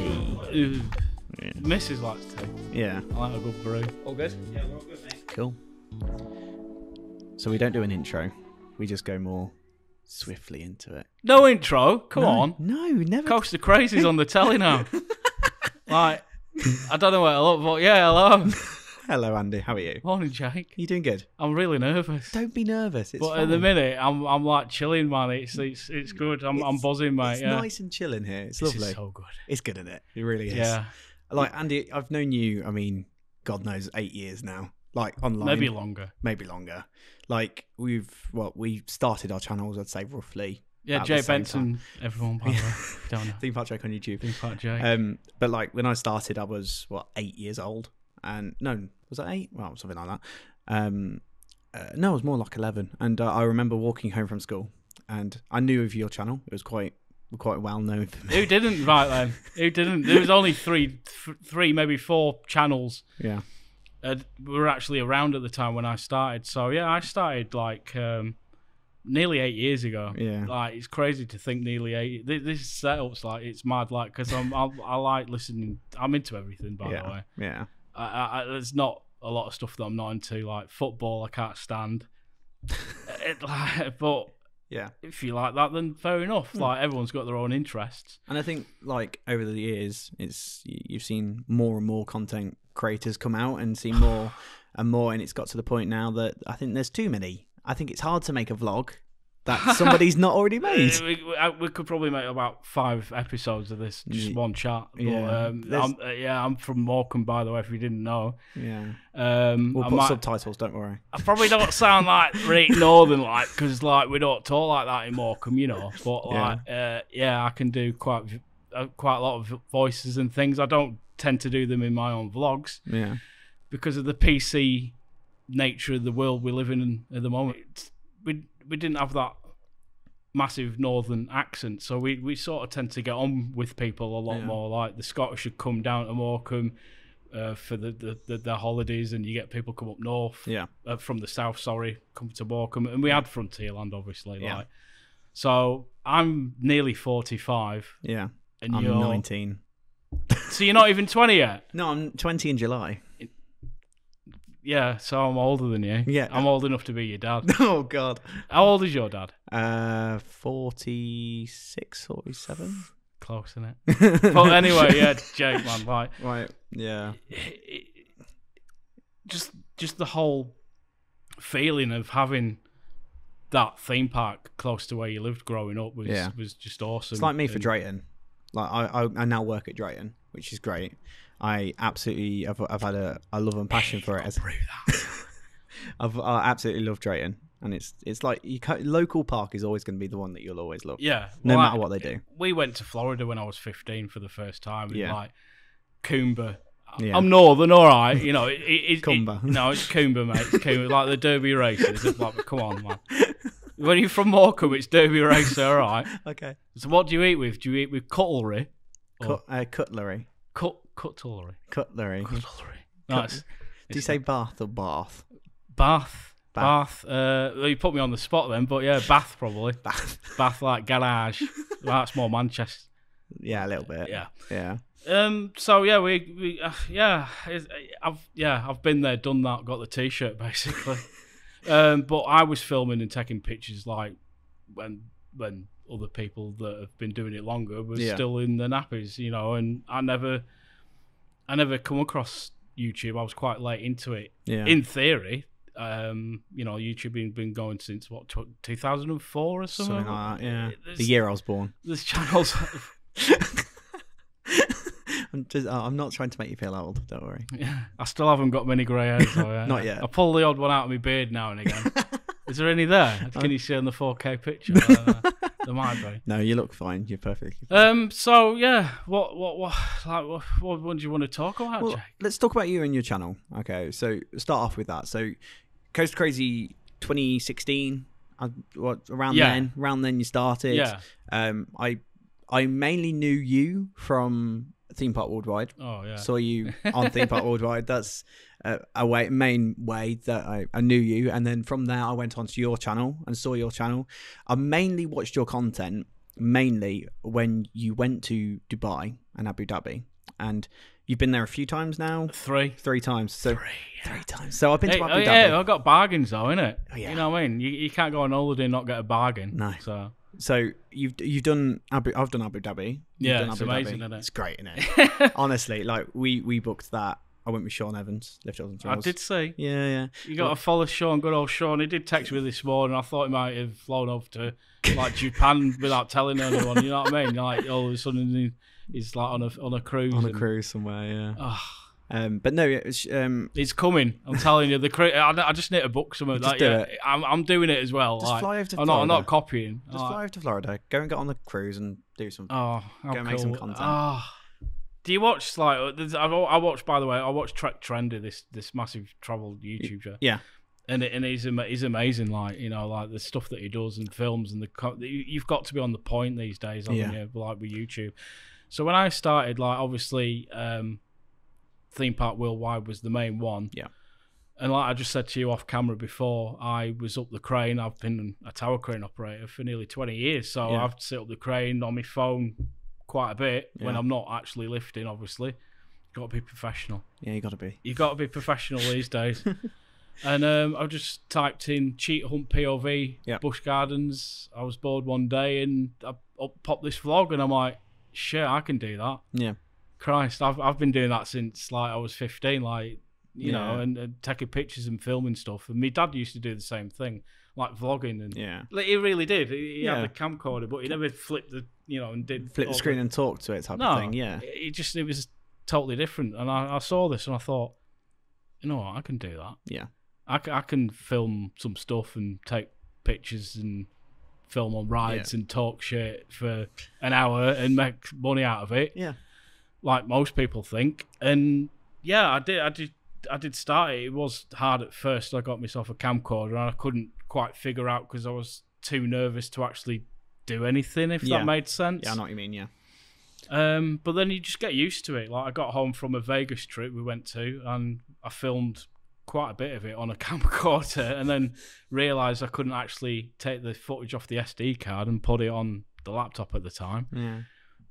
Ooh. Yeah. Mrs. likes tea. Yeah. I like a good brew. All good? Yeah, we're all good, mate. Cool. So we don't do an intro. We just go more swiftly into it. No intro. Come No, on. No, never. Coach the Crazy's on the telly now. like, I don't know what I look, but yeah, hello. Hello, Andy. How are you? Morning, Jake. You doing good? I'm really nervous. Don't be nervous. It's but fine. at the minute, I'm I'm like chilling, man. It's it's it's good. I'm I'm It's- buzzing, mate. It's yeah. nice and chill in here. It's This lovely. is so good. It's good in it. It really is. Yeah, Like Andy, I've known you. I mean, God knows, eight years now. Like online, maybe longer. maybe longer. Like we've well, we started our channels. I'd say roughly. Yeah, About Jay the same Benson, everyone, by the way. if you Don't know. Theme Park Joke on YouTube. Think about Jay. Um, but like when I started, I was what eight years old, and no, was I eight? Well, something like that. Um, uh, no, it was more like eleven. And uh, I remember walking home from school, and I knew of your channel. It was quite quite well known for me. Who didn't right then? Who didn't? There was only three, th- three maybe four channels Yeah, uh, were actually around at the time when I started. So yeah, I started like um, nearly eight years ago. yeah, Like it's crazy to think nearly eight. This, this setup's like it's mad. Like because I'm I, I like listening. I'm into everything by the yeah, way. yeah. I, I, I, there's not a lot of stuff that I'm not into. Like football, I can't stand. it, like, but Yeah. if you like that, then fair enough. Hmm. Like everyone's got their own interests. And I think like over the years, it's y- you've seen more and more content creators come out and see more and more, and it's got to the point now that I think there's too many. I think it's hard to make a vlog that somebody's not already made. Uh, we, we- I- we could probably make about five episodes of this, just Ye- one chat. But, yeah. um, There's- I'm, uh, yeah, I'm from Morecambe, by the way, if you didn't know. Yeah, Um, we'll I, put might- subtitles. Don't worry. I probably don't sound like Rick Northern, like, because like, we don't talk like that in Morecambe, you know. But like, yeah, uh, yeah I can do quite, v- uh, quite a lot of voices and things. I don't tend to do them in my own vlogs Yeah, because of the PC nature of the world we live in at the moment. It's- We we didn't have that massive northern accent, so we, we sort of tend to get on with people a lot Yeah. more. Like the Scottish should come down to Morecambe uh, for the, the, the their holidays, and you get people come up north yeah, uh, from the south. Sorry, come to Morecambe, and we had Frontierland obviously. Yeah. Like, so I'm nearly forty five, yeah. and I'm you're 19. so you're not even twenty yet. No, I'm 20 in July. Yeah, so I'm older than you. Yeah. I'm old enough to be your dad. oh God. How old is your dad? Uh, 46, 47. Close, isn't it? But anyway, yeah, Jake, man, like, Right. Yeah. just just the whole feeling of having that theme park close to where you lived growing up was Yeah. was just awesome. It's like me for And- Drayton. Like I, I, I now work at Drayton, which is great. I absolutely, I've, I've had a, a love and passion for it. As, I've, I absolutely love Drayton, and it's, it's like you ca local park is always going to be the one that you'll always love, Yeah, no well, matter I- what they do. We went to Florida when I was 15 for the first time. And Yeah. like Coomber. Yeah. I'm northern, all right. You know, it, it, it, Coomber. it- no, it's Coomber, mate. It's Coomber, like the Derby races. It's like, come on, man. When you're from Morecambe, it's Derby racer, all right. Okay. So, what do you eat with? Do you eat with cutlery? Cut, uh, cutlery, Cut cutlery. cutlery. Cutlery. Nice. Do you say Bath or Bath? Bath? Bath. Bath. Uh, well, you put me on the spot then, but yeah, Bath probably. Bath. Bath like garage. That's more Manchester. Yeah, a little bit. Yeah. Yeah. Um. So yeah, we we uh, yeah, it's- uh, I've yeah I've been there, done that, got the t-shirt basically. um. But I was filming and taking pictures like when when other people that have been doing it longer were Yeah. still in the nappies, you know, and I never I never come across YouTube. I was quite late into it. Yeah. In theory, um, you know, YouTube been been going since what two thousand and four or something. Something like that. Yeah. There's, The year I was born. there's channels. I'm just, uh, I'm not trying to make you feel old. Don't worry. Yeah, I still haven't got many grey hairs. Though, yeah. Not yet. I pull the odd one out of my beard now and again. Is there any there? Uh, Can you see on the 4K picture? Uh, there might be. No, you look fine. You're perfectly Um. So yeah, what what what like what, what, what do you want to talk about, Well, Jake? let's talk about you and your channel. Okay, so start off with that. So, Coast Crazy 2016, uh, what around Yeah. then? Around then you started. Yeah. Um, I I mainly knew you from Theme Park Worldwide. Oh yeah. Saw you on Theme Park Worldwide. That's uh, a way main way that I, I knew you. And then from there, I went onto your channel and saw your channel. I mainly watched your content mainly when you went to Dubai and Abu Dhabi. and you've been there a few times now, Three. three times. So Three. three times. So I've been Hey, to oh, Abu Dhabi. yeah, I've got bargains though, innit? Oh, yeah. You know what I mean? You, you can't go on holiday and not get a bargain. No. So So you've you've done Abu. I've done Abu Dhabi. You've Yeah, done it's Abu amazing, Dhabi. isn't it? It's great, isn't it? Honestly, like we we booked that. I went with Sean Evans, Lift Hills and I Thrills. did see. Yeah, yeah. You got to follow Sean, good old Sean. He did text me this morning. I thought he might have flown off to like Japan without telling anyone. You know what I mean? Like all of a sudden he- he's like on a on a cruise. On a and- cruise somewhere, yeah. Ah, Um, but no, it was, um, it's coming. I'm telling you. The cru- I, I just need to book something. Just Like, do yeah, it. I'm I'm doing it as well. Just like, fly over to I'm not, I'm not Florida. copying. just Like, fly over to Florida, go and get on the cruise and do some. Oh, how Go cool. make some content. Ah. do you watch like? There's, I've, al- I watched by the way. I watched Trek Trendy, this this massive travel YouTube show. yeah. and it, and he's ama- he's amazing. Like you know, like the stuff that he does and films and the co- you- you've got to be on the point these days. haven't Yeah. you? like with YouTube. So when I started, like obviously, um, theme park worldwide was the main one. Yeah. And like I just said to you off camera before, I was up the crane. I've been a tower crane operator for nearly 20 years. So Yeah. I've set up the crane on my phone quite a bit when Yeah. I'm not actually lifting, obviously. Got to be professional. Yeah, you got to be. you got to be professional these days. And um, I just typed in cheat hunt POV, Yeah. Bush Gardens. I was bored one day and I up popped this vlog and I'm like, shit, I can do that. Yeah, Christ, I've I've been doing that since like I was fifteen, like you know, Yeah. and, and taking pictures and filming stuff. And my dad used to do the same thing, like vlogging and yeah. like, he really did. He, he Yeah. had the camcorder, but he never flipped the you know and did Flip all the screen and talk to it type oh, No, of thing. Yeah, it it just it was totally different. And I, I saw this and I thought, you know what, I can do that. yeah, I, c- I can film some stuff and take pictures and film on rides and talk shit for an hour and make money out of it yeah. like most people think. And yeah, I did. I did. I did start it. It was hard at first. I got myself a camcorder, and I couldn't quite figure out because I was too nervous to actually do anything. If Yeah. that made sense. Yeah, I know what you mean. Yeah, Um, but then you just get used to it. Like I got home from a Vegas trip we went to, and I filmed quite a bit of it on a camcorder, and then realised I couldn't actually take the footage off the SD card and put it on the laptop at the time. yeah.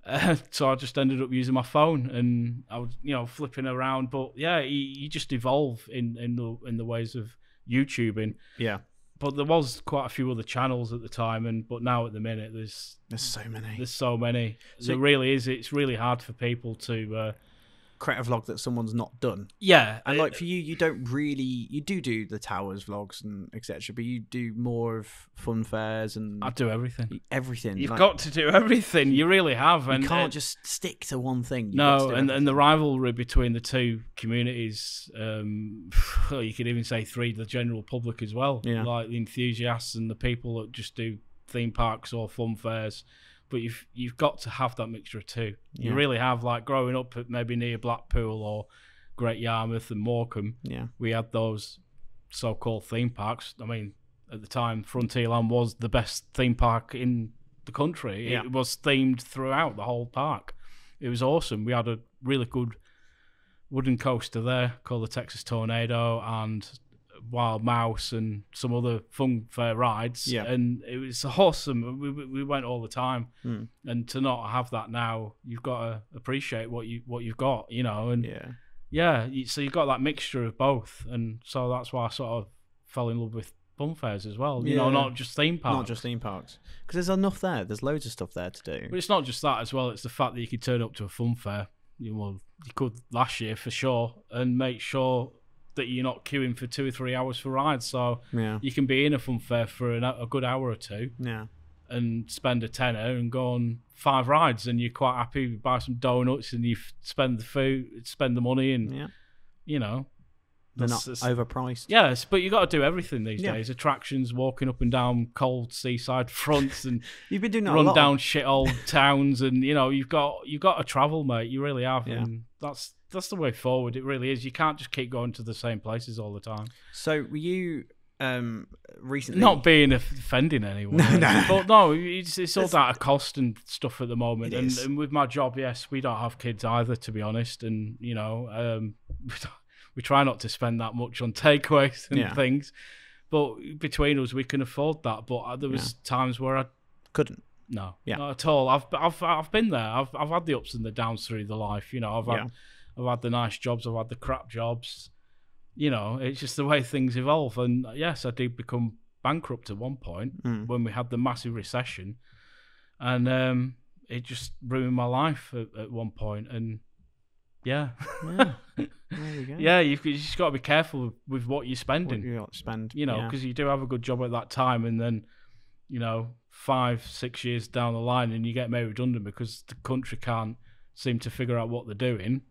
Uh, so I just ended up using my phone, and I was, you know, flipping around. But yeah, you, you just evolve in in the in the ways of YouTubing. Yeah, But there was quite a few other channels at the time, and but now at the minute there's there's so many. there's so many. So- there really is. It's really hard for people to. Uh, Create a vlog that someone's not done. yeah, And like for you, you don't really, you do do the towers vlogs and etc. But you do more of fun fairs and I do everything. everything. You've like, got to do everything. You really have, you and can't uh, just stick to one thing. You've no, got to do and everything. and the rivalry between the two communities, um, you could even say three, the general public as well. Yeah. Like the enthusiasts and the people that just do theme parks or fun fairs. But you've you've got to have that mixture of two. You Yeah. really have. Like growing up at maybe near Blackpool or Great Yarmouth and Morecambe, yeah, we had those so-called theme parks. I mean, at the time, Frontierland was the best theme park in the country. Yeah. It was themed throughout the whole park. It was awesome. We had a really good wooden coaster there called the Texas Tornado and Wild Mouse and some other fun fair rides. Yeah. And it was awesome. We, we- we went all the time. Hmm. And to not have that now, you've got to appreciate what you what you've got, you know. And yeah. yeah, you- so you've got that mixture of both, and so that's why I sort of fell in love with funfairs as well. You know, Yeah. not just theme parks. Not just theme parks because there's enough there. There's loads of stuff there to do. but it's not just that as well. It's the fact that you could turn up to a funfair. You well, you could last year for sure, and make sure that you're not queuing for two or three hours for rides. So yeah, you can be in a funfair for an, a good hour or two, yeah, and spend a tenner and go on five rides, and you're quite happy. You buy some donuts, and you f- spend the food, spend the money, and yeah. you know. They're not that's- that's- overpriced. Yes, but you got to do everything these Yeah. days. Attractions, walking up and down cold seaside fronts, and You've been doing that a run lot. down shit old towns, and you know you've got you've got to travel, mate. You really have, Yeah. and that's that's the way forward. It really is. You can't just keep going to the same places all the time. So were you um recently? Not being offending anyone, No, no. but no, it's it's all that cost and stuff at the moment. It And, is. and with my job, yes, we don't have kids either, to be honest, and you know, um, we try not to spend that much on takeaways and Yeah. things. But between us, we can afford that. But uh, there was times where I couldn't. No, Yeah. not at all. I've I've I've been there. I've I've had the ups and the downs through the life. You know, I've had I've had the nice jobs. I've had the crap jobs. You know, it's just the way things evolve. And uh, yes, I did become bankrupt at one point Mm. when we had the massive recession, and um, it just ruined my life at, at one point. And yeah, yeah. There you go. yeah, you've, you've just got to be careful with what you're What spending you lot spend. you know, yeah. because you do have a good job at that time, and then, you know, five, six years down the line, and you get made redundant because the country can't seem to figure out what they're doing.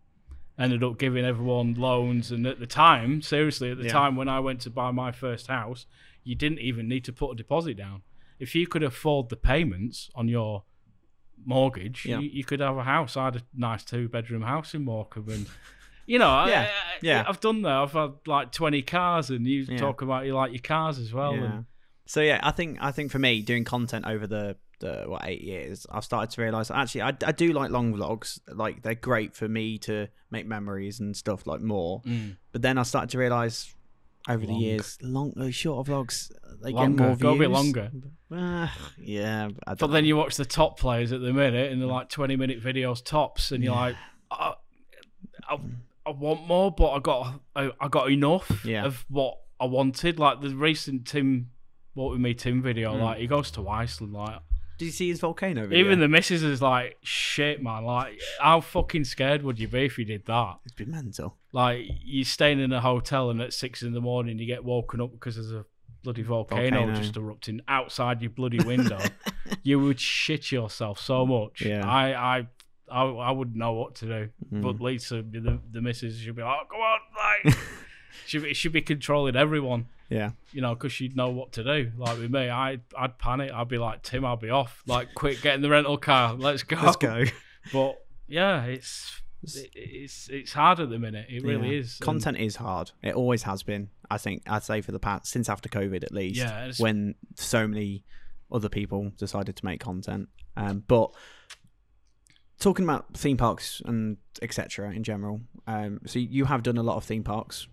Ended up giving everyone loans, and at the time, seriously, at the Yeah. time when I went to buy my first house, you didn't even need to put a deposit down. If you could afford the payments on your mortgage, Yeah. you, you could have a house. I had a nice two bedroom house in Morecambe, and you know, I- Yeah, I, yeah. I've done that. I've had like 20 cars, and you Yeah. talk about you like your cars as well. Yeah. And, So yeah, I think I think for me doing content over the the what eight years, I've started to realize actually I, I do like long vlogs. Like they're great for me to make memories and stuff like more. But then I started to realize over Long. the years, long uh, shorter vlogs they Longer. get more views. Go a bit longer. Ah, yeah, I But don't then know. you watch the top players at the minute, and they're like 20 minute videos tops, and you're Yeah. like, I, I, I want more, but I got I, I got enough Yeah. of what I wanted. Like the recent Tim, what with me Tim video, Mm. like he goes to Iceland, like did you see his volcano? Video? even the missus is like, shit, man, like how fucking scared would you be if you did that? it's been mental. Like you're staying in a hotel and at six in the morning you get woken up because there's a bloody volcano, Volcano. just erupting outside your bloody window. you would shit yourself so much. Yeah. I, I I I wouldn't know what to do. Mm. But Lisa, the the missus, she'd be like, oh, come on, like she'd, be- she'd be controlling everyone. yeah, You know, because she'd know what to do. Like with me, I I'd panic. I'd be like, Tim, I'll be off. Like, quick, get in the rental car. Let's go. let's go. But yeah, it's it- it's it's hard at the minute. It really Yeah. is. um, And- Content is hard. It always has been. I think I'd say for the past since after COVID at least. Yeah, it's- when so many other people decided to make content. Um, but talking about theme parks and etc. in general, um, so you have done a lot of theme parks.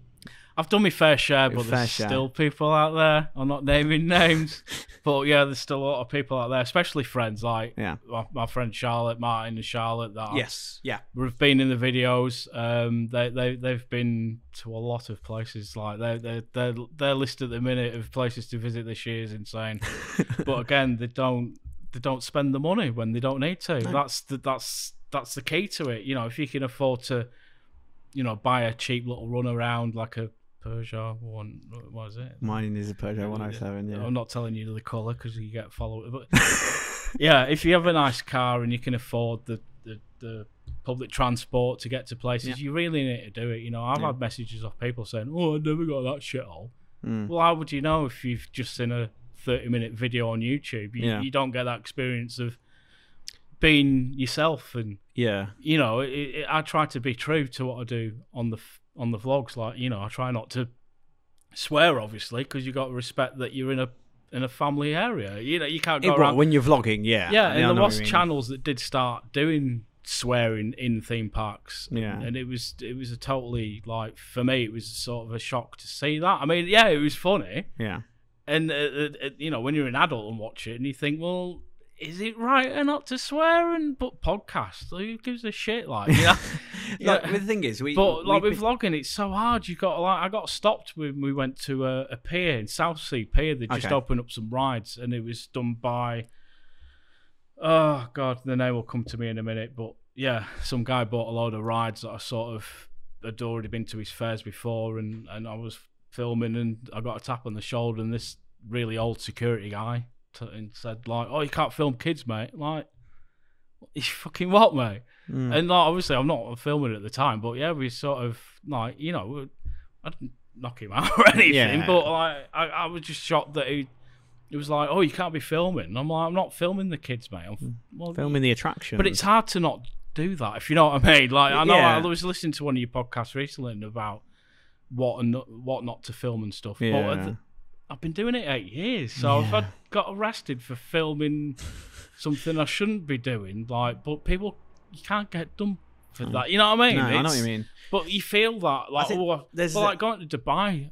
I've done my fair share, but fair there's share. still people out there. I'm not naming names, but yeah, there's still a lot of people out there, especially friends like Yeah. my, my friend Charlotte, Martin, and Charlotte that Yes. Yeah. have been in the videos. Um, they they they've been to a lot of places. Like their their their their list at the minute of places to visit this year is insane. but again, they don't they don't spend the money when they don't need to. That's the, that's that's the key to it. You know, if you can afford to, you know, buy a cheap little run around like a Peugeot one, what was it? Mine is a Peugeot 107. Yeah. I'm not telling you the color because you get followed. But yeah, if you have a nice car and you can afford the the, the public transport to get to places, Yeah. you really need to do it. You know, I've Yeah. had messages off people saying, "Oh, I never got that shit all." Mm. Well, how would you know if you've just seen a 30 minute video on YouTube? You, Yeah. you don't get that experience of being yourself. And, Yeah. you know, it, it, I try to be true to what I do on the f- on the vlogs. Like, you know, I try not to swear, obviously, because you got to respect that you're in a in a family area. You know, you can't It- go well, around. when you're vlogging, yeah. yeah, I and know there what was you mean. channels that did start doing swearing in theme parks Yeah. and it was it was a totally like for me it was sort of a shock to see that i mean yeah it was funny Yeah. and uh, uh, uh, you know when you're an adult and watch it and you think well is it right or not to swear and but podcast who gives a shit like yeah Like, the thing is, we but like we've with vlogging it's so hard you got like i got stopped when we went to uh, a, a pier in south sea pier they just Okay. opened up some rides and it was done by oh god the name will come to me in a minute but yeah some guy bought a load of rides that i sort of had already been to his fairs before and and i was filming and i got a tap on the shoulder and this really old security guy t- and said like oh you can't film kids mate like you fucking what mate been- Mm. and like, obviously, I'm not filming at the time, but yeah, we sort of like you know, we- I didn't knock him out or anything, Yeah. but like I, I was just shocked that he, it was like, oh, you can't be filming. And I'm like, I'm not filming the kids, mate. I'm, f- well, Mm. filming the attraction. but it's hard to not do that if you know what I mean. Like I know Yeah. I was listening to one of your podcasts recently about what and not, what not to film and stuff. But yeah. at the- I've been doing it eight years, so if I Yeah. got arrested for filming something I shouldn't be doing, like, but people, you can't get done for that. You know what I mean? Hmm. no, I know what It's- you mean. But you feel that, like, think oh, I- there's well, a- like going to Dubai.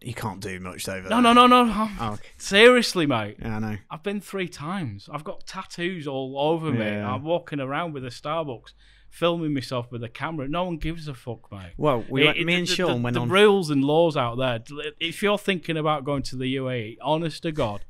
You can't do much over No, there. no, no, no. I'm- Oh, okay. Seriously, mate. Yeah, I know. I've been three times. I've got tattoos all over me. Yeah. I'm walking around with a Starbucks, filming myself with a camera. No one gives a fuck, mate. Well, we It- went, it- me and the- Sean the, went the on. rules and laws out there. If you're thinking about going to the UAE, honest to God,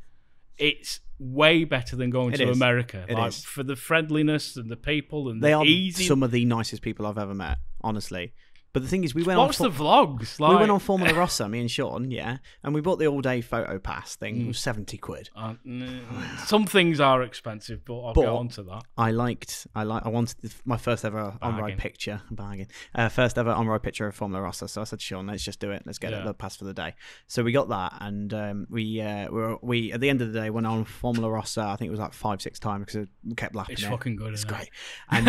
it's way better than going It to is. America. It like, is. for the friendliness and the people and they the are easy. some of the nicest people I've ever met, honestly. But the thing is, we went on. Watch fo- the vlogs. Like, we went on Formula Rossa, me and Sean, yeah, and we bought the all-day photo pass thing. It was seventy quid. Uh, mm, some things are expensive, but I'll get But- on to that. I liked, I like, I wanted the, my first ever on-ride Bargain. picture, bargain, uh, first ever on-ride picture of Formula Rossa. So I said, Sean, let's just do it. Let's get Yeah. it. The pass for the day. So we got that, and um, we uh, we, were, we at the end of the day went on Formula Rossa. I think it was like five, six times because it kept lapping. It's it. fucking good. It's isn't it? great. And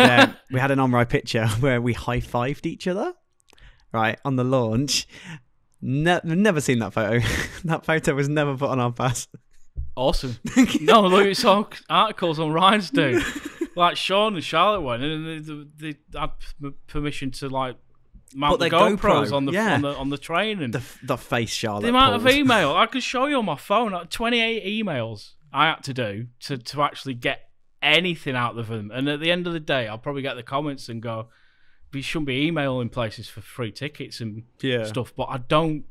um, we had an on-ride picture where we high-fived each other, right, on the launch. Ne- never seen that photo. that photo was never put on our pass. Awesome. no, look, it's all articles on Ryan's day. like Sean and Charlotte went, and they, they, they had p- permission to like mount Put the their GoPros GoPro, on the yeah. on the on the train, and The, f- the face Charlotte the amount of pulled. email I could show you on my phone. Like Twenty eight emails I had to do to to actually get anything out of them. And at the end of the day, I'll probably get the comments and go, "We shouldn't be emailing places for free tickets and yeah. stuff." But I don't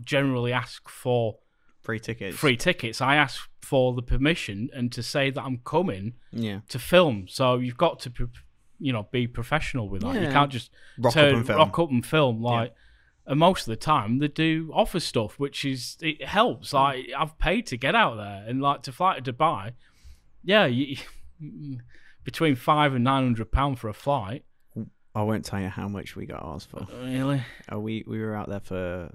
generally ask for free tickets. free tickets. I asked for the permission and to say that I'm coming Yeah. to film. So you've got to, pro- you know, be professional with that. You Yeah. can't just Rock turn, up and film. rock up and film like. And most of the time, they do offer stuff, which is it helps. Like I've paid to get out there and like to fly to Dubai. Yeah, you, between five and nine hundred pound for a flight. I won't tell you how much we got ours for. Really? Uh, we we were out there for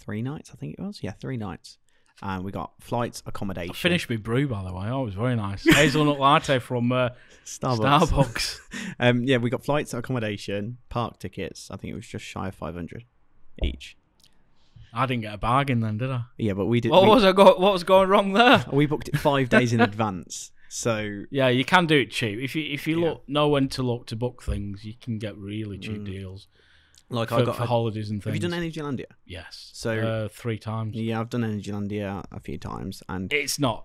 three nights, I think it was. Yeah, three nights, and we got flights, accommodation, I finished my brew by the way. Oh, it was very nice. Hazelnut latte from uh, Starbucks. Starbucks. Um, yeah, we got flights, accommodation, park tickets. I think it was just shy of five hundred each. I didn't get a bargain then, did I? Yeah, but we did. What we, was I go- What was going wrong there? we booked it five days in advance, so Yeah, you can do it cheap if you if you Yeah. Mm. look know when to look to book things. You can get really cheap deals like for, I got. for a- holidays and things. have you done Energylandia? Yes. So- uh, three times. Yeah, I've done Energylandia a few times, and It's not.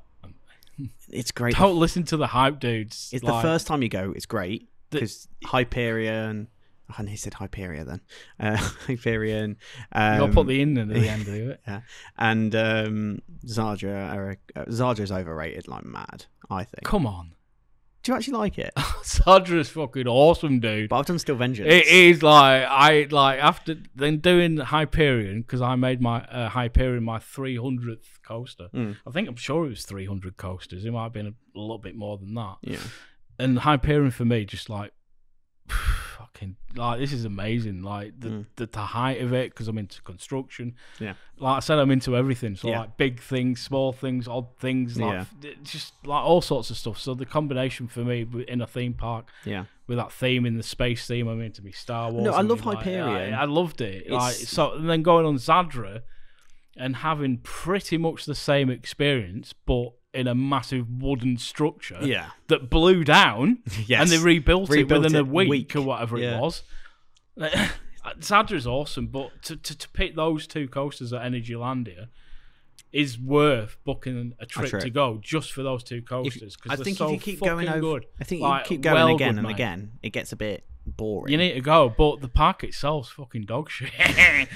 it's great. Don't listen to the hype, dudes. It's Like, the first time you go. It's great The- because Hyperion. Oh, and he said Hyperia then. Uh, Hyperion. You Um, gotta put the in at the end of it. yeah. and um, Zardra. Are, uh, Zardra's overrated like mad. I think. Come on, Do you actually like it? Sardra's fucking awesome, dude. But I've done Steel Vengeance. It is like I like after then doing Hyperion because I made my uh, Hyperion my 300th coaster. Mm. I think I'm sure it was 300 coasters. It might have been a little bit more than that. Yeah. And Hyperion for me just like fucking like this is amazing. Like the Mm. the, the height of it because I'm into construction. Yeah. Like I said, I'm into everything. So Yeah. like big things, small things, odd things, like Yeah. th- just like all sorts of stuff. So the combination for me in a theme park Yeah. with that theme in the space theme. I'm into me Star Wars. No, I and love me, like, Hyperion. I, I loved it. Like, It's- so, and then going on Zadra and having pretty much the same experience, but in a massive wooden structure Yeah. that blew down, Yes. and they rebuilt, Rebuilt it within it a week, week. or whatever Yeah. it was. Zadra's awesome, but to, to to pick those two coasters at Energylandia. Is worth booking a trip, trip. to go just for those two coasters I because they're think so if you keep fucking going over, good. I think Like, you keep going well again good, and mate. again. It gets a bit boring. You need to go, but the park itself's fucking dog shit.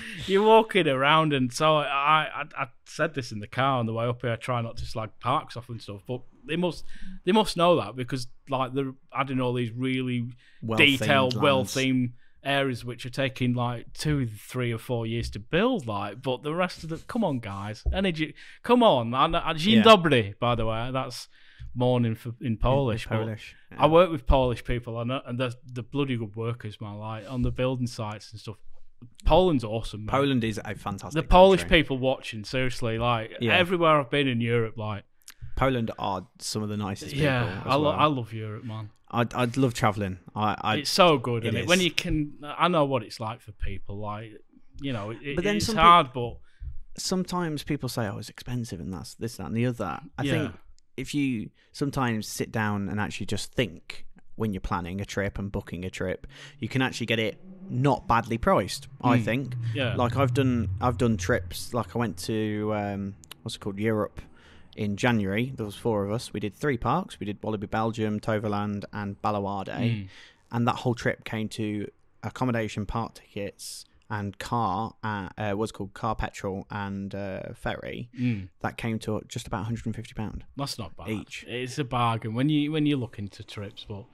You're walking around, and so I, I, I said this in the car on the way up here. I try not to slag parks off and stuff, but they must, they must know that because like they're adding all these really Well-themed detailed, lands. well themed areas which are taking like two, three, or four years to build. Like, but the rest of the come on, guys, energy, come on, and, and Dzień Yeah. dobry, by the way, that's morning for, in Polish. but- Polish. I work with Polish people, and uh, and they're, they're bloody good workers, man. Like on the building sites and stuff. Poland's awesome, man. Poland is a fantastic. the Polish country. people watching, seriously, like Yeah. everywhere I've been in Europe, like Poland are some of the nicest yeah, people. I, as lo- well. I love Europe, man. I'd, I'd love traveling. I, I it's so good, it isn't is. it? When you can, I know what it's like for people, like you know, it, But then it's some hard, sometimes people say, "Oh, it's expensive," and that's this, that, and the other. I Yeah. think if you sometimes sit down and actually just think when you're planning a trip and booking a trip, you can actually get it not badly priced. I think. Yeah. Like I've done, I've done trips. Like I went to um, what's it called, Europe, in January. There was four of us. We did three parks. We did Wallaby Belgium, Toverland, and Balawade, and that whole trip came to accommodation, park tickets, and car. Uh, uh, what's called car petrol and uh, ferry. Mm. That came to just about 150 pound. That's not bad. Each. It's a bargain when you when you look into trips. But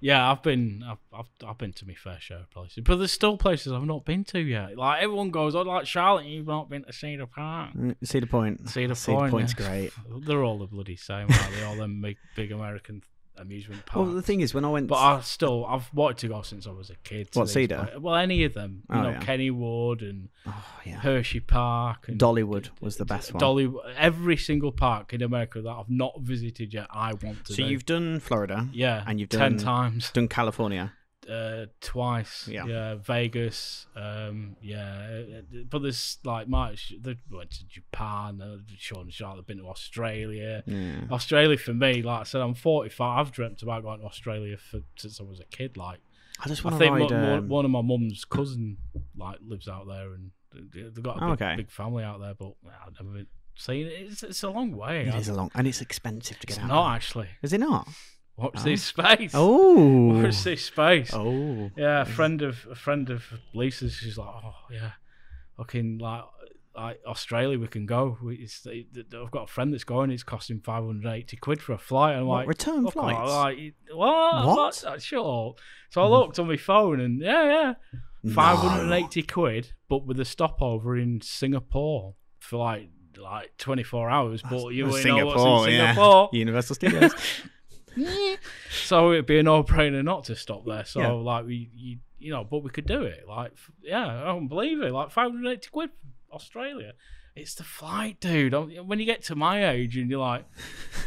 yeah, I've been I've, I've I've been to my fair share of places, but there's still places I've not been to yet. Like everyone goes, oh, like Charlotte, you've not been to Cedar Park. See the point. Cedar, Mm, Cedar Point, Point's yeah. great. They're all the bloody same, aren't they? All them big, big American amusement parks. Well, the thing is, when I went, But I still, I've wanted to go since I was a kid. to What, these Cedar? pla- Well, any of them. You Oh, know, yeah. Kennywood and oh yeah, Hershey Park and Dollywood was the best one. Dolly. Every single park in America that I've not visited yet, I want to. so do. you've done Florida, yeah, and you've ten done- times, done California. uh, twice. Yeah. Yeah. Vegas. Um, yeah, uh, but there's like my they went to Japan. uh, Sean and Charlotte have been to Australia. Yeah. Australia for me, like I said, I'm 45. I've dreamt about going to Australia for, since I was a kid. Like. I just I want to think ride. one, one- um, one of my mum's cousin like lives out there, and they- they've got a Oh, big, okay. big family out there. But I've never been- seen it. It's, it's a long way. it I- is a long, and it's expensive to get it's out. not there. actually. Is it not? Watch Oh. this space. Oh. Watch this space. oh. Yeah, a friend of a friend of Lisa's. She's like, oh yeah, fucking like. Like Australia, we can go. We- It's, I've got a friend that's going. It's costing five hundred eighty quid for a flight. I'm What, like, return Fuck flights? all, like, what? What? What? Shut up. So I looked on my phone and yeah, yeah, No. 580 quid, but with a stopover in Singapore for like like 24 hours. But you Well, ain't know what's in Singapore. yeah. Universal Studios. So it'd be a no-brainer not to stop there. So Yeah. like we, you, you know, but we could do it. Like f- yeah, I don't believe it. Like 580 quid from Australia. It's the flight, dude. I'm- When you get to my age and you're like,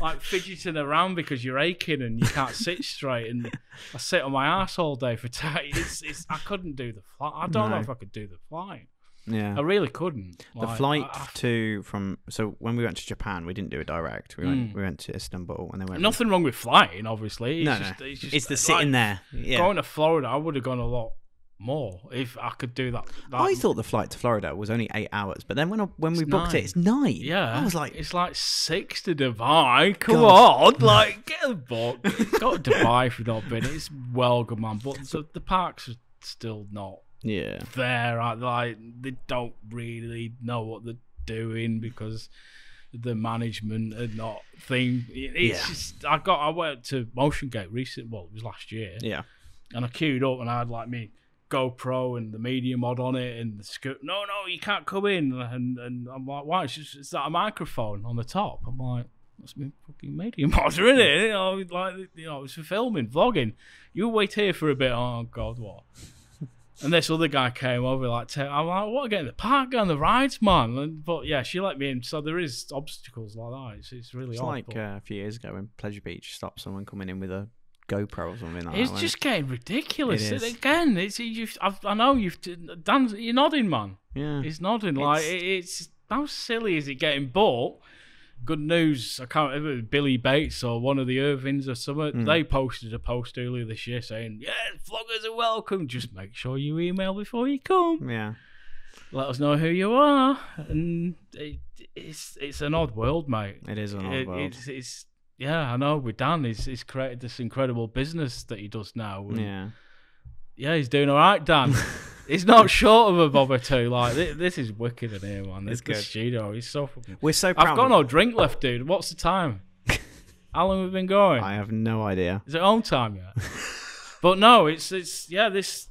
like fidgeting around because you're aching and you can't sit straight, and I sit on my ass all day for time. It's, it's I couldn't do the flight. I don't No. know if I could do the flight. yeah. I really couldn't. The Like, ah. flight I- to from so when we went to Japan, we didn't do it direct. We went Mm. we went to Istanbul and then I- went. nothing wrong with flying, obviously. It's no, just, no. It's, It's, just the like, sitting there. Yeah. Going to Florida, I would have gone a lot more if I could do that. that I thought the flight to Florida was only eight hours, but then when I, when we booked it, nine. it's nine. yeah, I was like, it's like six to Dubai. Come God. on, like get a book. Go to Dubai if you've not been. It's well good, man. But the, the parks are still not yeah, there. Like, like they don't really know what they're doing because the management are not thing. It- It's Yeah. just I got I went to Motion Gate recent. Well, it was last year. yeah. and I queued up and I had like me GoPro and the media mod on it and the scoop. No, no, you can't come in. And and I'm like, why? It's just it's that a microphone on the top. I'm like, that's me fucking media mod, isn't it? You know, like you know, it's for filming, vlogging. You wait here for a bit. Oh God, what? And this other guy came over, like, i I'm like, what, get in the park, get on the rides, man. And, but yeah, she let me in. So there is obstacles like that. It's, it's really It's odd. like but- uh, a few years ago when Pleasure Beach stopped someone coming in with a GoPro or something like It's that. just getting ridiculous. It is. Again, it's you've. I've, I know you've done. You're nodding, man. yeah. It's nodding. Like It's- it, it's how silly is it getting? But good news. I can't remember Billy Bates or one of the Irvins or something. Mm. They posted a post earlier this year saying, "Yeah, vloggers are welcome. Just make sure you email before you come. Yeah. Let us know who you are." And it, it's it's an odd world, mate. It is an odd It- world. It's, it's yeah, I know. With Dan, he's, he's created this incredible business that he does now. and- yeah. yeah, he's doing all right, Dan. He's not short of a bob or two. Like this, this is wicked in here, man. This It's is the good. studio. He's so fucking. We're so proud. I've got of- no drink left, dude. What's the time? How long have we been going? I have no idea. Is it home time yet? but no, it's it's yeah. This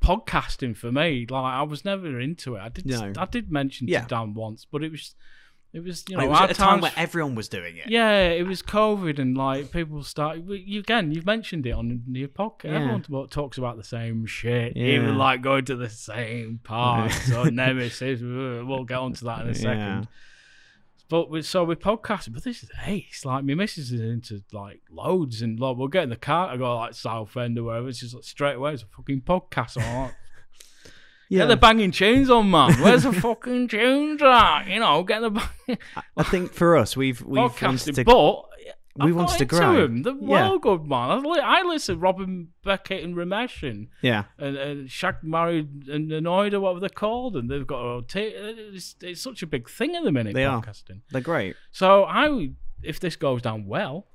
podcasting for me, like I was never into it. I did No. I did mention Yeah. to Dan once, but it was it was you know it was our at a time times- where everyone was doing it. yeah, it was COVID, and like people started. well, You, again, you've mentioned it on your podcast. Yeah. Everyone t- talks about the same shit, Yeah. even like going to the same parks or Nemesis. uh, We'll get onto that in a second. Yeah. But we, so we're podcasting, but this is ace. Like my missus is into like loads, and like we'll get in the car. I go like South End or whatever. It's just like straight away. It's a fucking podcast. I'm like, Yeah. Get the banging tunes on, man. Where's the fucking tunes at? You know, get the bang- I think for us, we've we've wanted podcasting. to But we I'm wanted not to into grow. Him. They're Yeah. well good, man. I, li- I listen to Robin Beckett and Ramesh and, Yeah, and, and Shaq married and annoyed or whatever they're called, and they've got a rotate. It's, it's such a big thing at the minute, They are. podcasting. they're great. So I, would- if this goes down well,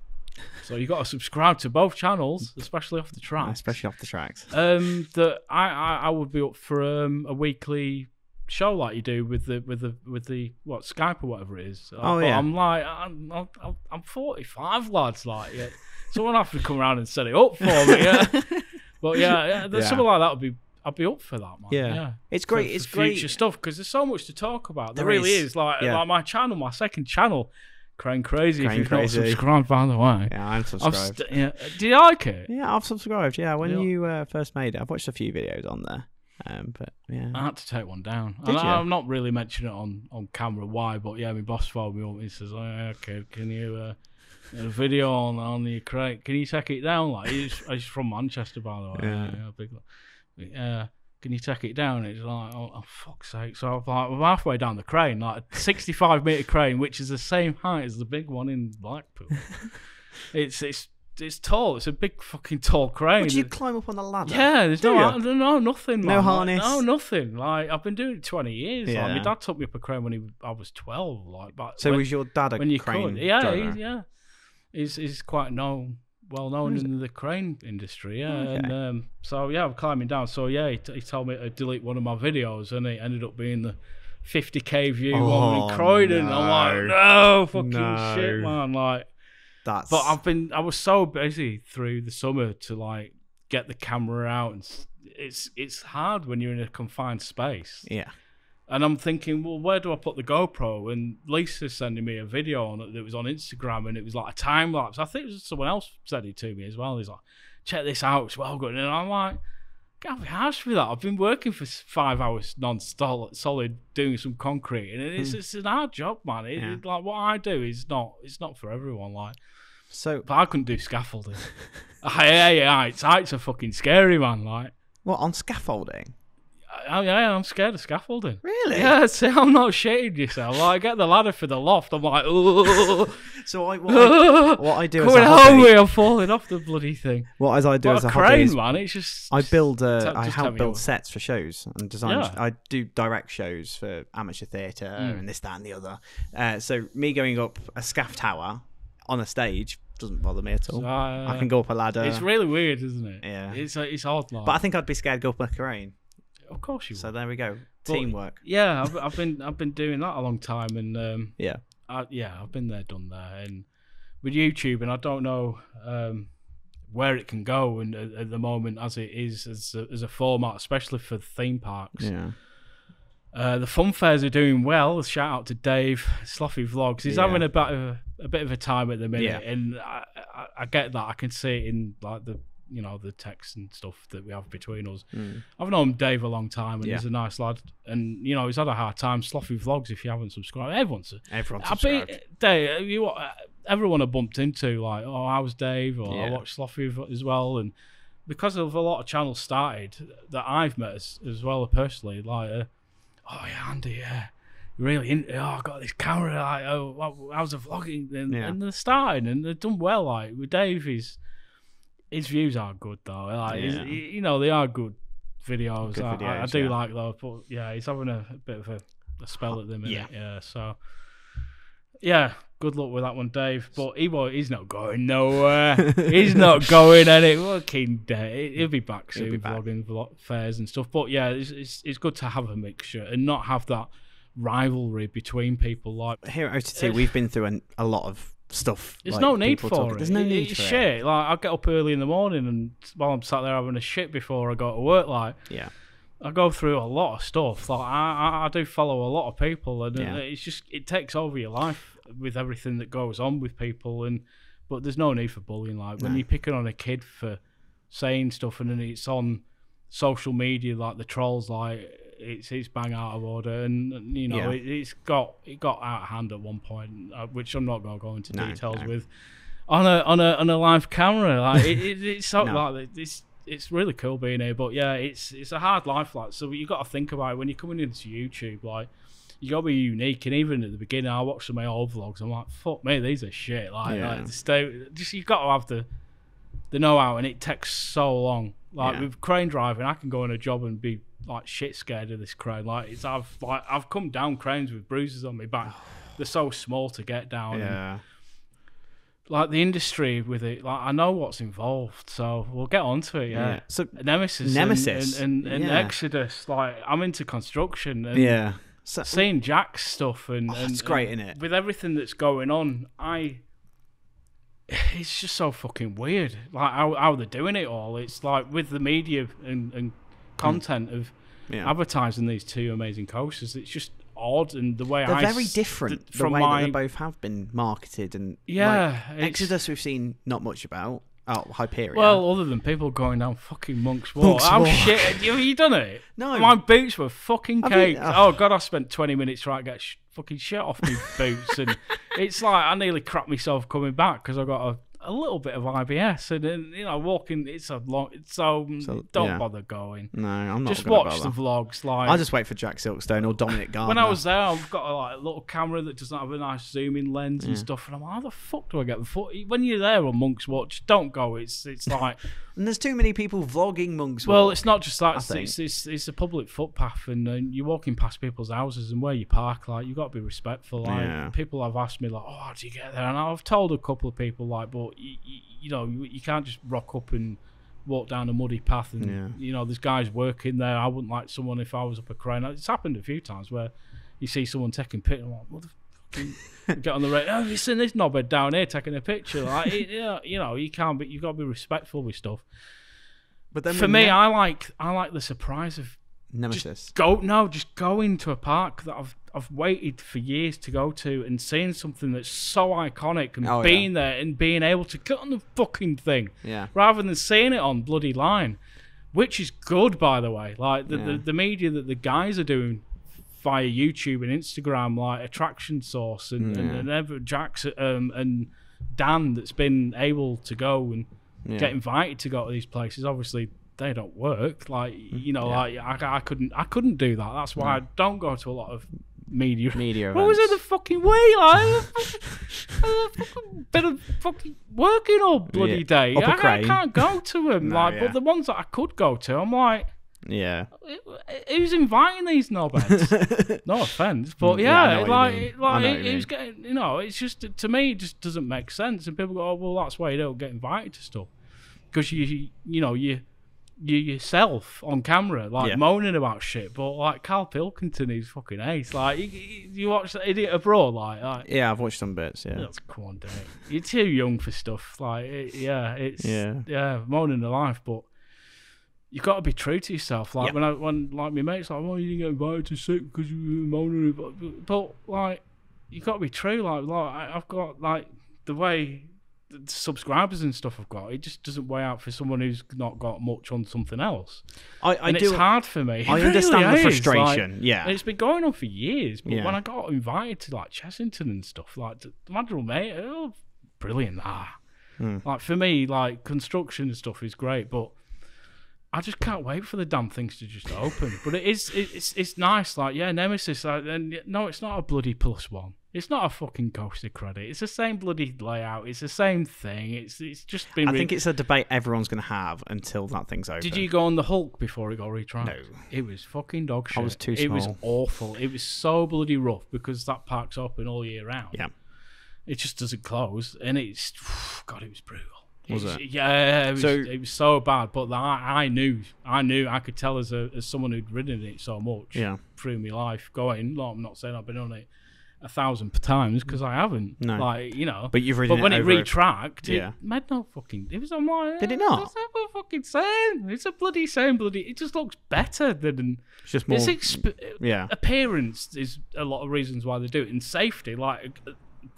so you got to subscribe to both channels, especially off the track. especially off the tracks. Um, that I, I I would be up for um a weekly show like you do with the with the with the what Skype or whatever it is. Oh, But yeah. I'm like I'm I'm, I'm 45 lads like yeah. Someone have to come around and set it up for me. Oh, Yeah. but yeah, yeah, there's Yeah. something like that would be I'd be up for that man. Yeah. yeah. It's For- great. for it's great. future stuff because there's so much to talk about. There, There really is. is. Like, Yeah. like my channel, my second channel, Crane Crazy. Crane if you've Crazy. not subscribed, by the way, yeah, I'm I've subscribed. st- yeah. do you like it? yeah, I've subscribed. Yeah, when Yeah. you uh, first made it, I've watched a few videos on there. Um, but yeah, I had to take one down. Did And I- you? I'm not really mentioning it on, on camera why, but yeah, my boss phoned me up and he says, oh, yeah, "Kid, can you uh, get a video on on the crate? Can you take it down? Like he's, he's from Manchester, by the way. Yeah. big, yeah. Can you take it down? It's like, oh, oh fuck's sake! So I'm like, I'm halfway down the crane, like a 65 meter crane, which is the same height as the big one in Blackpool. it's it's it's tall. It's a big fucking tall crane. would you climb up on the ladder? Yeah, there's Do no, ya? har- no, no, nothing. No man. Like, harness? no, nothing. Like I've been doing it 20 years. Like, Yeah. my dad took me up a crane when he, I was 12. Like, but So when, was your dad a when you crane could, yeah, driver? he's, yeah, he's he's quite known, well known Is in the crane industry. Yeah, Oh, Okay. and um, so yeah, I'm climbing down. So yeah, he, t- he told me to delete one of my videos, and it ended up being the 50k view one Oh, in Croydon. I'm like, no fucking No. shit, man. Like, That's but I've been I was so busy through the summer to like get the camera out and s- it's it's hard when you're in a confined space. yeah, And I'm thinking, well, where do I put the GoPro? And Lisa's sending me a video on it that was on Instagram and it was like a time lapse. I think it was someone else sent it to me as well. He's like, check this out, it's well good. And I'm like, can't be arsed with that. I've been working for s- five hours non solid doing some concrete. And it's, it's an hard job, man. It, Hmm. Yeah. it- like what I do is not it's not for everyone. Like so but I couldn't do scaffolding. yeah, yeah, heights. Heights are fucking scary, man. Like, what on scaffolding? oh yeah, I'm scared of scaffolding. Really? Yeah, see, I'm not shitting yourself. Like, I get the ladder for the loft. I'm like, oh, So I what, I coming what I do as a home hobby, with, I'm falling off the bloody thing. what as I do What as a a hobby crane, is man. It's just I build, uh, Tell- I just tell help me build yours. sets for shows and design. Yeah. Mm. I do direct shows for amateur theatre and this, that, and the other. Uh, so me going up a scaff tower on a stage doesn't bother me at all. Uh, I can go up a ladder, It's really weird, isn't it? Yeah. It's uh, it's odd, like. but I think I'd be scared to go up a crane. of course you. So would. there we go, But- teamwork. Yeah, I've, I've been I've been doing that a long time, and um, Yeah, I, yeah, I've been there, done that, and with YouTube, and I don't know um, where it can go, and at, at the moment, as it is as a, as a format, especially for theme parks, yeah. uh, the fun fairs are doing well. Shout out to Dave Sloppy Vlogs. He's Yeah. having a bit of a bit of a time at the minute, Yeah. and I, I, I get that. I can see it in like the you know the texts and stuff that we have between us. Mm. I've known Dave a long time, and Yeah. he's a nice lad. And you know he's had a hard time. Sloppy Vlogs. If you haven't subscribed, everyone's Everyone I be, subscribed. Dave, you what? Everyone I bumped into, like, oh, I was Dave, or I Yeah. watched Sloppy v- as well, and because of a lot of channels started that I've met as, as well personally, like, uh, oh yeah, Andy, yeah, you're really into, oh, I got this camera, like, oh, wha- how's the vlogging? And, Yeah. and they're starting, and they've done well, like with Dave, he's his views are good though, like, he's- Yeah. you know, they are good videos. Good I, I, I videos, do yeah. like those, but yeah, he's having a, a bit of a, a spell at the minute. Yeah. Yeah. so yeah, good luck with that one, Dave. But Ebo, he's not going nowhere. he's not going any fucking day. He'll be back He'll soon, be back. vlogging vlog fairs and stuff. But yeah, it's, it's it's good to have a mixture and not have that rivalry between people. Like, Here at OTT, we've been through an, a lot of stuff. there's like no need for people talking- it. There's no It- need it's for it. shit. Like, I get up early in the morning and while I'm sat there having a shit before I go to work, like. Yeah, I go through a lot of stuff. Like I, I, I do follow a lot of people, and Yeah. it's just it takes over your life with everything that goes on with people. And but there's no need for bullying. Like when No. you're picking on a kid for saying stuff, and then it's on social media, like the trolls, like it's it's bang out of order, and, and, you know Yeah. it, it's got it got out of hand at one point, uh, which I'm not gonna go into No, details no. with on a on a on a live camera. Like it, it, it's so No. like it's it's really cool being here, but yeah, it's it's a hard life. Like so, you got to think about it when you're coming into YouTube. Like you got to be unique. And even at the beginning, I watched some of my old vlogs. I'm like, fuck me, these are shit. Like, Yeah. like, just stay. Just you got to have the the know how, and it takes so long. Like Yeah. with crane driving, I can go on a job and be like shit scared of this crane. Like it's I've like I've come down cranes with bruises on my back. They're so small to get down. and Yeah. like the industry with it, like I know what's involved, so we'll get onto it. Yeah, So Nemesis, and- Nemesis, and, and, and, yeah. Exodus. Like I'm into construction, and yeah. So oh, seeing Jack's stuff, and, and it's great, and isn't it? With everything that's going on, I it's just so fucking weird. Like how, how they're doing it all. It's like with the media and, and content of Mm. yeah. advertising these two amazing coasters. It's just odd, and the way they're I very s- different th- from from the way my that they both have been marketed and like, yeah it's- Exodus we've seen not much about. Oh, Hyperion. Well, other than people going down fucking Monk's Walk. Monk's How Walk. shit have you, have you done it? No. My boots were fucking Have you- caked. oh. god, I spent twenty minutes trying to get sh- fucking shit off my boots, and it's like I nearly crapped myself coming back because I got a, a little bit of IBS, and, then you know walking it's a long. It's so, So, don't yeah. bother going. no, I'm not. Just gonna watch the bother. vlogs. Like I'll just wait for Jack Silkstone or Dominic Gardner. when I was there, I've got a, like, a little camera that doesn't have a nice zoom in lens and stuff, and I'm like, how the fuck do I get the foot? When you're there on Monk's Watch, don't go. It's it's like. and there's too many people vlogging Monk's Well, Walk. it's not just that. It's, think. it's, it's, it's a public footpath, and, and you're walking past people's houses and where you park. Like you got to be respectful. Like Yeah. people have asked me, like, "Oh, how do you get there?" And I've told a couple of people, like, but you, you, you know, you, you can't just rock up and walk down a muddy path. And Yeah. you know, there's guys working there. I wouldn't like someone if I was up a crane. It's happened a few times where you see someone taking pictures. I'm like, motherfucking. Get on the radio. Oh, have you seen this knobhead down here taking a picture? Like, it, you know, you know, you can't. But you've got to be respectful with stuff but then for with me, Ne- I like I like the surprise of Nemesis. go no, just going to a park that I've I've waited for years to go to and seeing something that's so iconic and Oh, yeah. being there and being able to get on the fucking thing Yeah. rather than seeing it on bloody line, which is good by the way. Like the, Yeah. the, the media that the guys are doing via YouTube and Instagram, like Attraction Source and and, Yeah. and Ever Jackson um, and Dan that's been able to go and Yeah. get invited to go to these places obviously they don't work like Mm-hmm. you know like I, I couldn't i couldn't do that that's why i don't go to a lot of media Media what was it the events. fucking way like a fucking bit of fucking working all bloody Yeah. day Up a I, I crane. can't go to them No, like yeah. but the ones that i could go to i'm like Yeah. who- who's inviting these knobheads no offense, but Mm, yeah, I yeah, know what you like, mean. it- I like know what it, you it was mean. getting, you know, it's just to me, it just doesn't make sense. And people go, oh, well, that's why you don't get invited to stuff because you, you, you know, you, you yourself on camera, like Yeah. moaning about shit. But like Cal Pilkington, he's fucking ace. Like you, you you watch that idiot abroad, like, like Yeah, I've watched some bits. Yeah. that's come on, Dave. You're too young for stuff. Like, it, yeah, it's Yeah. yeah, moaning the life, but you got to be true to yourself. Like Yeah. when I when like my mates like, well, you didn't get invited to sit because you were moaning, about-" but like you got to be true. Like, like I- I've got like the way the subscribers and stuff I've got, it just doesn't weigh out for someone who's not got much on something else. I, I And it's do. hard for me. It I really understand the is, like- frustration. yeah. and it's been going on for years. But Yeah. when I got invited to like Chessington and stuff, like to- my drum mate, oh, brilliant! Ah, Hmm. like for me, like construction and stuff is great, but I just can't wait for the damn things to just open. but it is, it, it's, it's nice. Like yeah, Nemesis. Like, and no, it's not a bloody plus one. It's not a fucking coaster credit. It's the same bloody layout. It's the same thing. It's it's just been. I re- think it's a debate everyone's going to have until that thing's over. did you go on the Hulk before it got retried? No. It was fucking dog shit. was too It was small. awful. It was so bloody rough because that park's open all year round. Yeah. It just doesn't close, and it's God, it was brutal. Was It's- it? Yeah, it was, So- it was so bad. But I, I knew, I knew, I could tell as a, as someone who'd ridden it so much Yeah. through my life, going. Like, I'm not saying I've been on it a thousand times because I haven't. No. Like you know, But you've ridden but it when it over a- retracked, Yeah. it made no fucking. It was on my. Did it not? It's not fucking same. It's a bloody same bloody. It just looks better than. It's just more. It's exp- uh, yeah. appearance is a lot of reasons why they do it, and safety, like uh,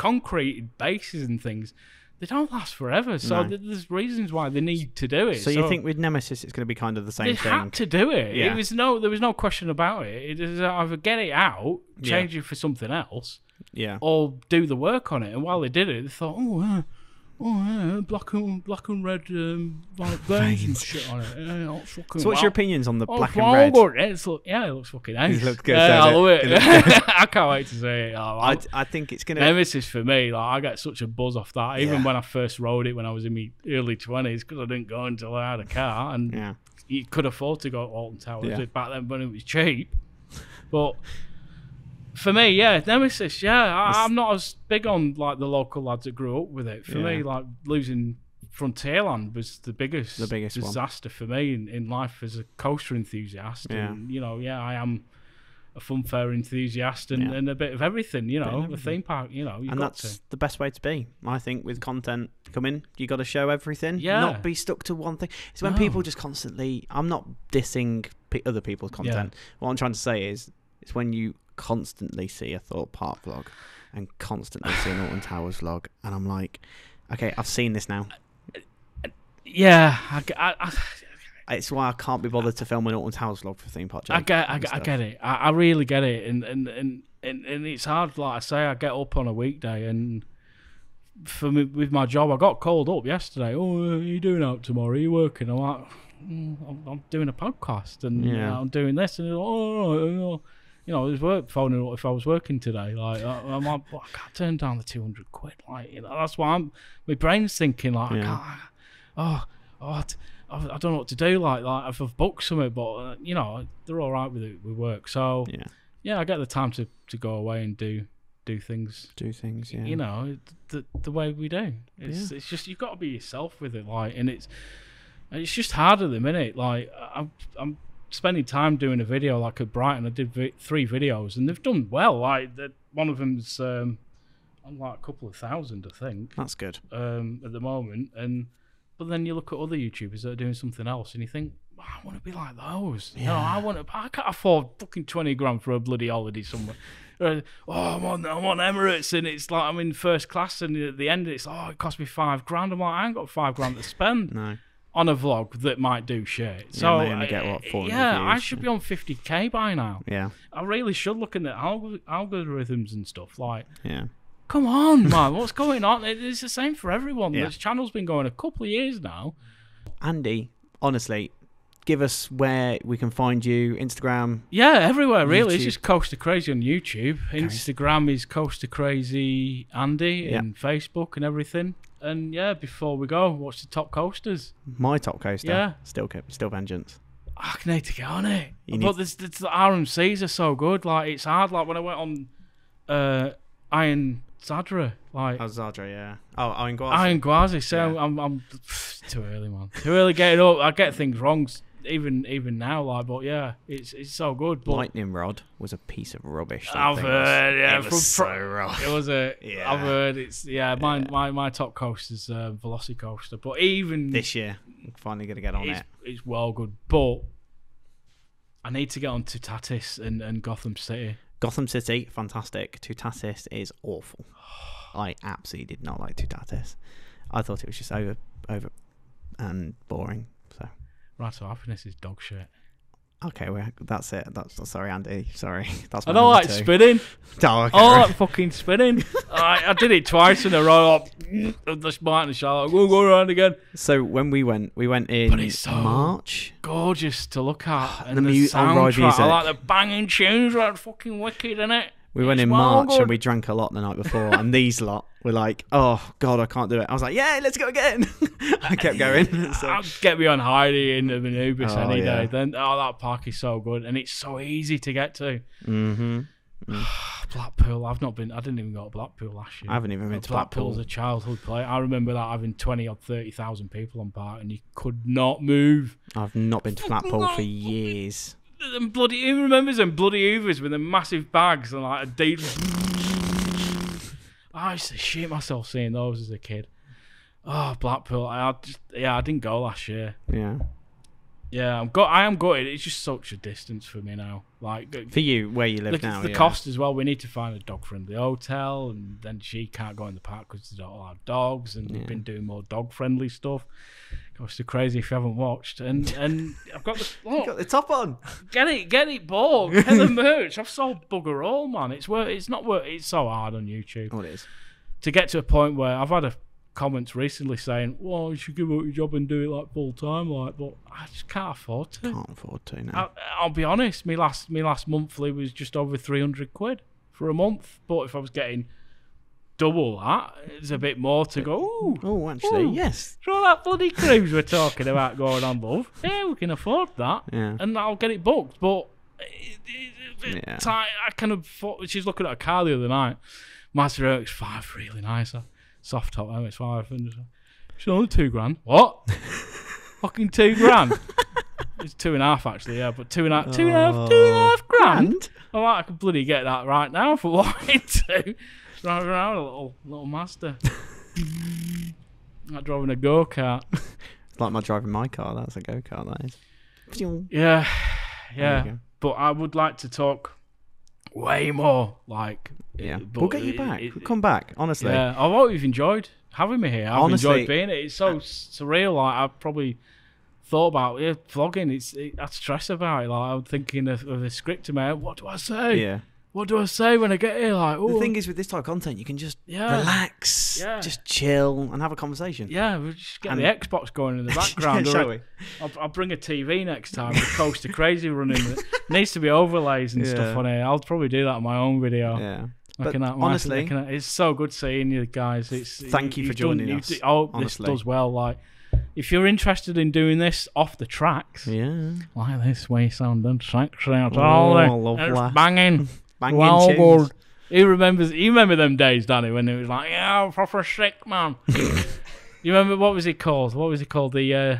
concrete bases and things, they don't last forever. So No. th- there's reasons why they need to do it. So you think with Nemesis it's going to be kind of the they same thing? had to do it? Yeah. It was no, there was no question about it. It is uh, either get it out, Yeah. change it for something else, Yeah. or do the work on it. And while they did it, they thought, oh, uh, oh, yeah, black and black and red um, like veins and shit on it. Yeah, it looks fucking So, what's your wow. opinions on the Oh, black wow, and red? good. It's look, yeah, it looks fucking nice. looks good, Yeah, I doesn't love it? it. It looks I can't wait to see it. Oh, I, I'm- I think it's gonna. Nemesis for me, like I get such a buzz off that. Even Yeah. when I first rode it when I was in my early twenties, because I didn't go until I had a car, and Yeah, you could afford to go to Alton Towers Yeah. back then when it was cheap. But for me, yeah, Nemesis, yeah, I, It's- I'm not as big on like the local lads that grew up with it. For me, Yeah. like losing Frontierland was the biggest, The biggest one. disaster for me in, in life as a coaster enthusiast. Yeah. And, you know, yeah, I am a fun fair enthusiast and, Yeah. and a bit of everything. You of know, a everything. theme park. You know, you and got that's to. the best way to be, I think. With content coming, you got to show everything. Yeah. not be stuck to one thing. It's when No. people just constantly. I'm not dissing pe other people's content. What I'm trying to say is, it's when you constantly see a Thought Park vlog, and constantly see an Alton Towers vlog, and I'm like, okay, I've seen this now. Yeah, I, g- I- I- It's why I can't be bothered to film an Alton Towers vlog for theme park. I Jake get, I, and get- I stuff. get it. I, I really get it, and and, and and and it's hard. Like I say, I get up on a weekday, and for me with my job, I got called up yesterday. Oh, are you doing out tomorrow? Are you working? I'm like, "Mm, I'm, I'm doing a podcast, and Yeah. yeah. I'm doing this, and they're like, oh, all right, oh." you know, his work phoning up if I was working today. Like I, I'm like, "Well, I can't turn down the two hundred quid. Like you know, that's why I'm. My brain's thinking like, Yeah. I can't. Oh, oh, I d- I I don't know what to do. Like, like if I've booked something, but uh, you know, they're all right with it with work. So Yeah, yeah, I get the time to, to go away and do do things. do things. Yeah, You know, the the way we do. It's it's just you've got to be yourself with it. Like, and it's and it's just hard at the minute. Like, I'm I'm spending time doing a video like at Brighton. I did vi- three videos and they've done well. Like, the, one of them's um, on like a couple of thousand, I think that's good. um, at the moment, and but then you look at other YouTubers that are doing something else, and you think, I want to be like those. You know, I want to. I can't afford fucking twenty grand for a bloody holiday somewhere. Or, oh, I'm on, I'm on Emirates, and it's like I'm in first class, and at the end it's oh, it cost me five grand. I'm like, I ain't got five grand to spend No. on a vlog that might do shit. so and they only get, I- what, 400 yeah, I views? should be on fifty k by now. Yeah, I really should look at the alg- algorithms and stuff like yeah. come on, man, what's going on? It- It's the same for everyone. Yeah. This channel's been going a couple of years now. Andy, honestly, give us where we can find you. Instagram. Yeah, everywhere really. YouTube. It's just Coaster Crazy on YouTube. Instagram is Coaster Crazy Andy Yeah. and Facebook and everything. And yeah, before we go, watch the top coasters. My top coaster. Yeah. Still, Ca- still vengeance. I can need to get on it. You but this, this, the RMCs are so good. Like it's hard. Like when I went on uh, Iron Zadra, like Oh, Zadra, yeah. Oh, I mean, Iron Gwazi, so Yeah. I'm, I'm too early, man. Too early getting up. I get things wrong, s- even even now. Like, but yeah, it's it's so good. But Lightning Rod was a piece of rubbish. that I've thing was. heard, yeah, it was from- so rough. it was a. Yeah. have heard it's yeah. My my my top coast is uh, Velocicoaster, but even This year, I'm finally gonna get on it's, it. it's well good. But I need to get on to Tatis and, and Gotham City. Gotham City, fantastic. Tutatis is awful. I absolutely did not like Tutatis. I thought it was just over, over, and boring. So, Right, so happiness is dog shit. okay, we're, that's it. That's sorry, Andy. Sorry, that's. I my don't number like two. spinning. Oh, okay, Oh, right. that fucking spinning. I, I did it twice in a row. Like, just biting the shallow. We'll go around again. So when we went, we went in it's so- March. Gorgeous to look at. And The the, mu- oh, right, soundtrack. I like music. the banging tunes. Right, fucking wicked, innit? We went It's in well March and good. we drank a lot the night before. and these lot were like, "Oh God, I can't do it." I was like, "Yeah, let's go again." I kept going. so, I'll get me on Heidi in the Anubis Oh, any yeah. day. Then oh, that park is so good, and it's so easy to get to. hmm Blackpool. I've not been. I didn't even go to Blackpool last year. I haven't even been to Blackpool's Blackpool. a childhood play. I remember that having twenty or thirty thousand people on part, and you could not move. I've not been to Blackpool for years. them bloody who remembers them bloody Hoovers with the massive bags and like a deep. I used to shit myself seeing those as a kid. Oh, Blackpool! I, I just yeah, I didn't go last year. Yeah. Yeah, I'm go. I am gutted. It's just such a distance for me now. Like the, For you, where you live the, now, the yeah. cost as well. We need to find a dog-friendly hotel, and then she can't go in the park because they don't allow dogs. And Yeah. we've been doing more dog-friendly stuff. Goes to crazy if you haven't watched. And and I've got the You got the top on. Get it, get it, ball. Get the merch. I've sold bugger all, man. It's work. It's not work. It's so hard on YouTube Oh, it is. to get to a point where I've had a comments recently saying, "Well, you should give up your job and do it like full time." Like, but I just can't afford to. Can't afford to now. I, I'll be honest. My last my last monthly was just over three hundred quid for a month. But if I was getting double that, it's a bit more to go. Ooh, oh, actually, Ooh. yes. throw that bloody cruise we're talking about going on, love. Yeah, we can afford that, Yeah. and I'll get it booked. But it, it, it, Yeah. ti- I can afford. She's looking at a car the other night. Mazda RX-5, really nice. uh, Soft top MX-5. And just, it's only two grand. What? Fucking two grand. It's two and a half actually, yeah, but two and a half, two and a half, two and a half grand. And I like I could bloody get that right now for what I do. Driving around a little little Mazda. Not driving a go kart. it's like my driving my car. That's a go kart. That is. Pew. Yeah, There you yeah. go. But I would like to talk way more. Like, Yeah. but we'll get you it- back. it- we'll come back. Honestly. yeah, I've always enjoyed having me here. I've Honestly- enjoyed being here. It's so surreal. Like I probably thought about yeah, vlogging. It's it, I stress about it. Like I'm thinking of, of the script in my head. What do I say? Yeah. What do I say when I get here? Like, oh, The thing is, with this type of content, you can just Yeah. relax, Oh. Yeah. just chill, and have a conversation. Yeah, we'll just get And- the Xbox going in the background. Yeah, or shall we? I'll, I'll bring a TV next time with Coaster Crazy running. It needs to be overlays and Yeah. stuff on it. I'll probably do that on my own video. Yeah. Looking But at my- honestly- looking at- it's so good seeing you guys. It's Thank you for you've done- joining you us, do- oh, honestly. this does well. Like, if you're interested in doing this off the tracks, Yeah. like this way sound and tracks out Oh, all the lovely. it's banging. Banging Well tunes. good. He remembers. You remember them days, Danny, when it was like, "Yeah, I'm proper sick, man." you remember what was it called? What was it called? The uh,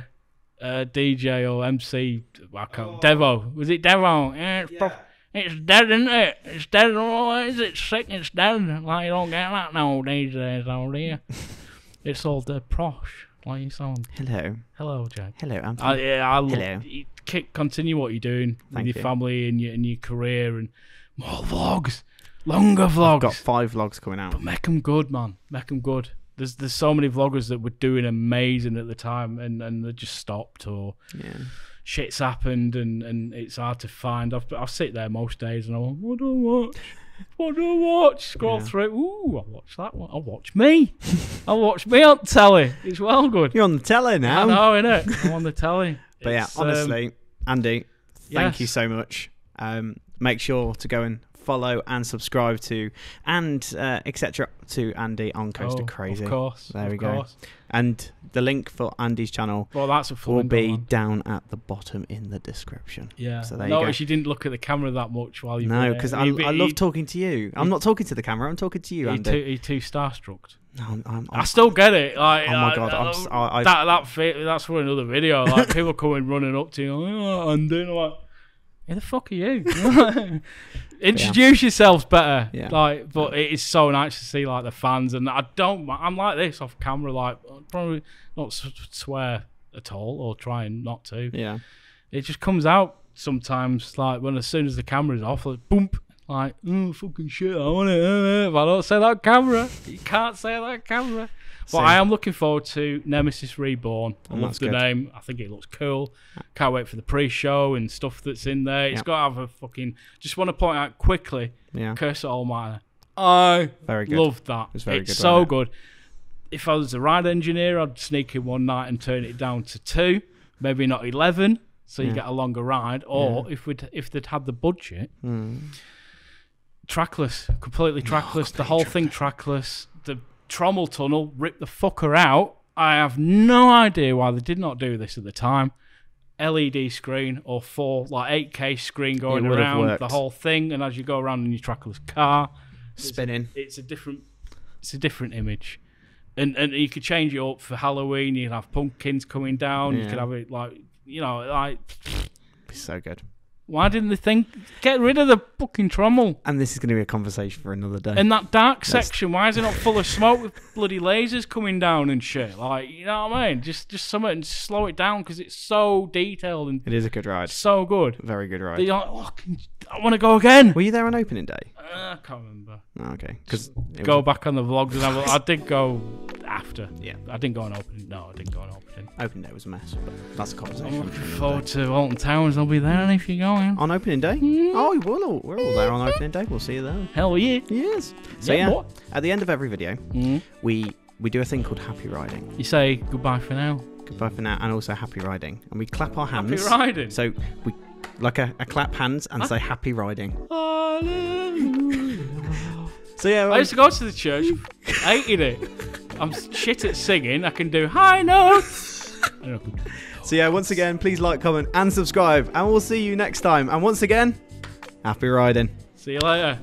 uh, DJ or MC? I can't. Devo. Was it Devo? Yeah, it's, prof- it's dead, isn't it? It's dead. Oh, is it sick? It's dead. Like you don't get that now these days, over here. it's all the prosh. Like you sound. Hello. Hello, Jack. Hello, Anthony. I, yeah, I Hello. love you keep- continue what you're doing Thank with your you. family and your and your career and more vlogs, longer I've got vlogs. five vlogs coming out. But make them good, man. Make them good. There's there's so many vloggers that were doing amazing at the time and and they just stopped or Yeah. shit's happened and and it's hard to find. I've I sit there most days and I'm like, what do I watch? What do I watch? Scroll Yeah. through. Ooh, I watch that one. I watch me. I watch me on telly. It's well good. You're on the telly I now. know, innit? I'm on the telly. But yeah, It's, um, honestly, Andy, thank you yes. so much. Um, make sure to go and follow and subscribe to and uh, etc. to Andy on Coaster Oh, Crazy. Of course. There of we go. Course. And the link for Andy's channel Well, that's a full will be down at the bottom in the description. Yeah. So there you Notice you, didn't look at the camera that much while you. no, were there. because I, You'd be- I love you'd- talking to you. I'm not talking to the camera. I'm talking to you, You're Andy. too, you're too starstruck. No, I'm, I'm, I still get it. Like, oh my I- god, I'm, I- s- I, I, that that fit, that's for another video. Like people coming running up to you, oh, Andy, and I'm like, who the fuck are you? Introduce yourselves better. Yeah. Like, but it is so nice to see like the fans, and I don't. mi- I'm like this off camera, like probably not s- swear at all or trying not to. yeah. it just comes out sometimes like when as soon as the camera's off like boom like oh fucking shit i want it uh, uh, if i don't say that camera you can't say that camera but Same. i am looking forward to nemesis reborn i And love that's the good. name i think it looks cool can't wait for the pre-show and stuff that's in there It's Yep. got to have a fucking just want to point out quickly Yeah. curse at almighty i Very good. loved that was very it's good, so wasn't it? good if i was a ride engineer i'd sneak in one night and turn it down to two maybe not 11 so you Yeah. get a longer ride or if we'd if they'd had the budget Hmm. trackless Oh, completely trackless the whole thing trackless the trommel tunnel ripped the fucker out i have no idea why they did not do this at the time led screen or four like 8k screen going would have around the worked. whole thing and as you go around in your trackless car Spinning. it's a different it's a different image and and you could change it up for halloween you'd have pumpkins coming down you Yeah. could have it like you know like So good. why didn't they think get rid of the fucking trommel And this is going to be a conversation for another day. and that dark section why is it not full of smoke with bloody lasers coming down and shit like you know what i mean just just something and slow it down because it's so detailed and it is a good ride. so good Very good That ride. you're like, oh, can- i want to go again Were you there on opening day? Uh, i can't remember Oh, okay. Because go back on the vlogs and have a- i did go after Yeah. i didn't go on opening no i didn't go on opening Opening day was a mess. But that's a I'm conversation. looking forward to Alton Towers. I'll be there if you're going. On opening day? Hmm? Oh, we will all, we're all there on opening day. We'll see you there. Hell yeah. Hmm? Yes. So yeah, Yeah, boy. at the end of every video, we we do a thing called happy riding. You say goodbye for now. Goodbye for now, and also happy riding. And we clap our Happy hands. riding. So we like a, a clap hands and say happy riding. Hallelujah. So yeah, I used to go to the church, hated it. I'm shit at singing. I can do high notes. I don't know. um, so yeah. Once again, please like, comment, and subscribe, and we'll see you next time. And once again, happy riding. See you later.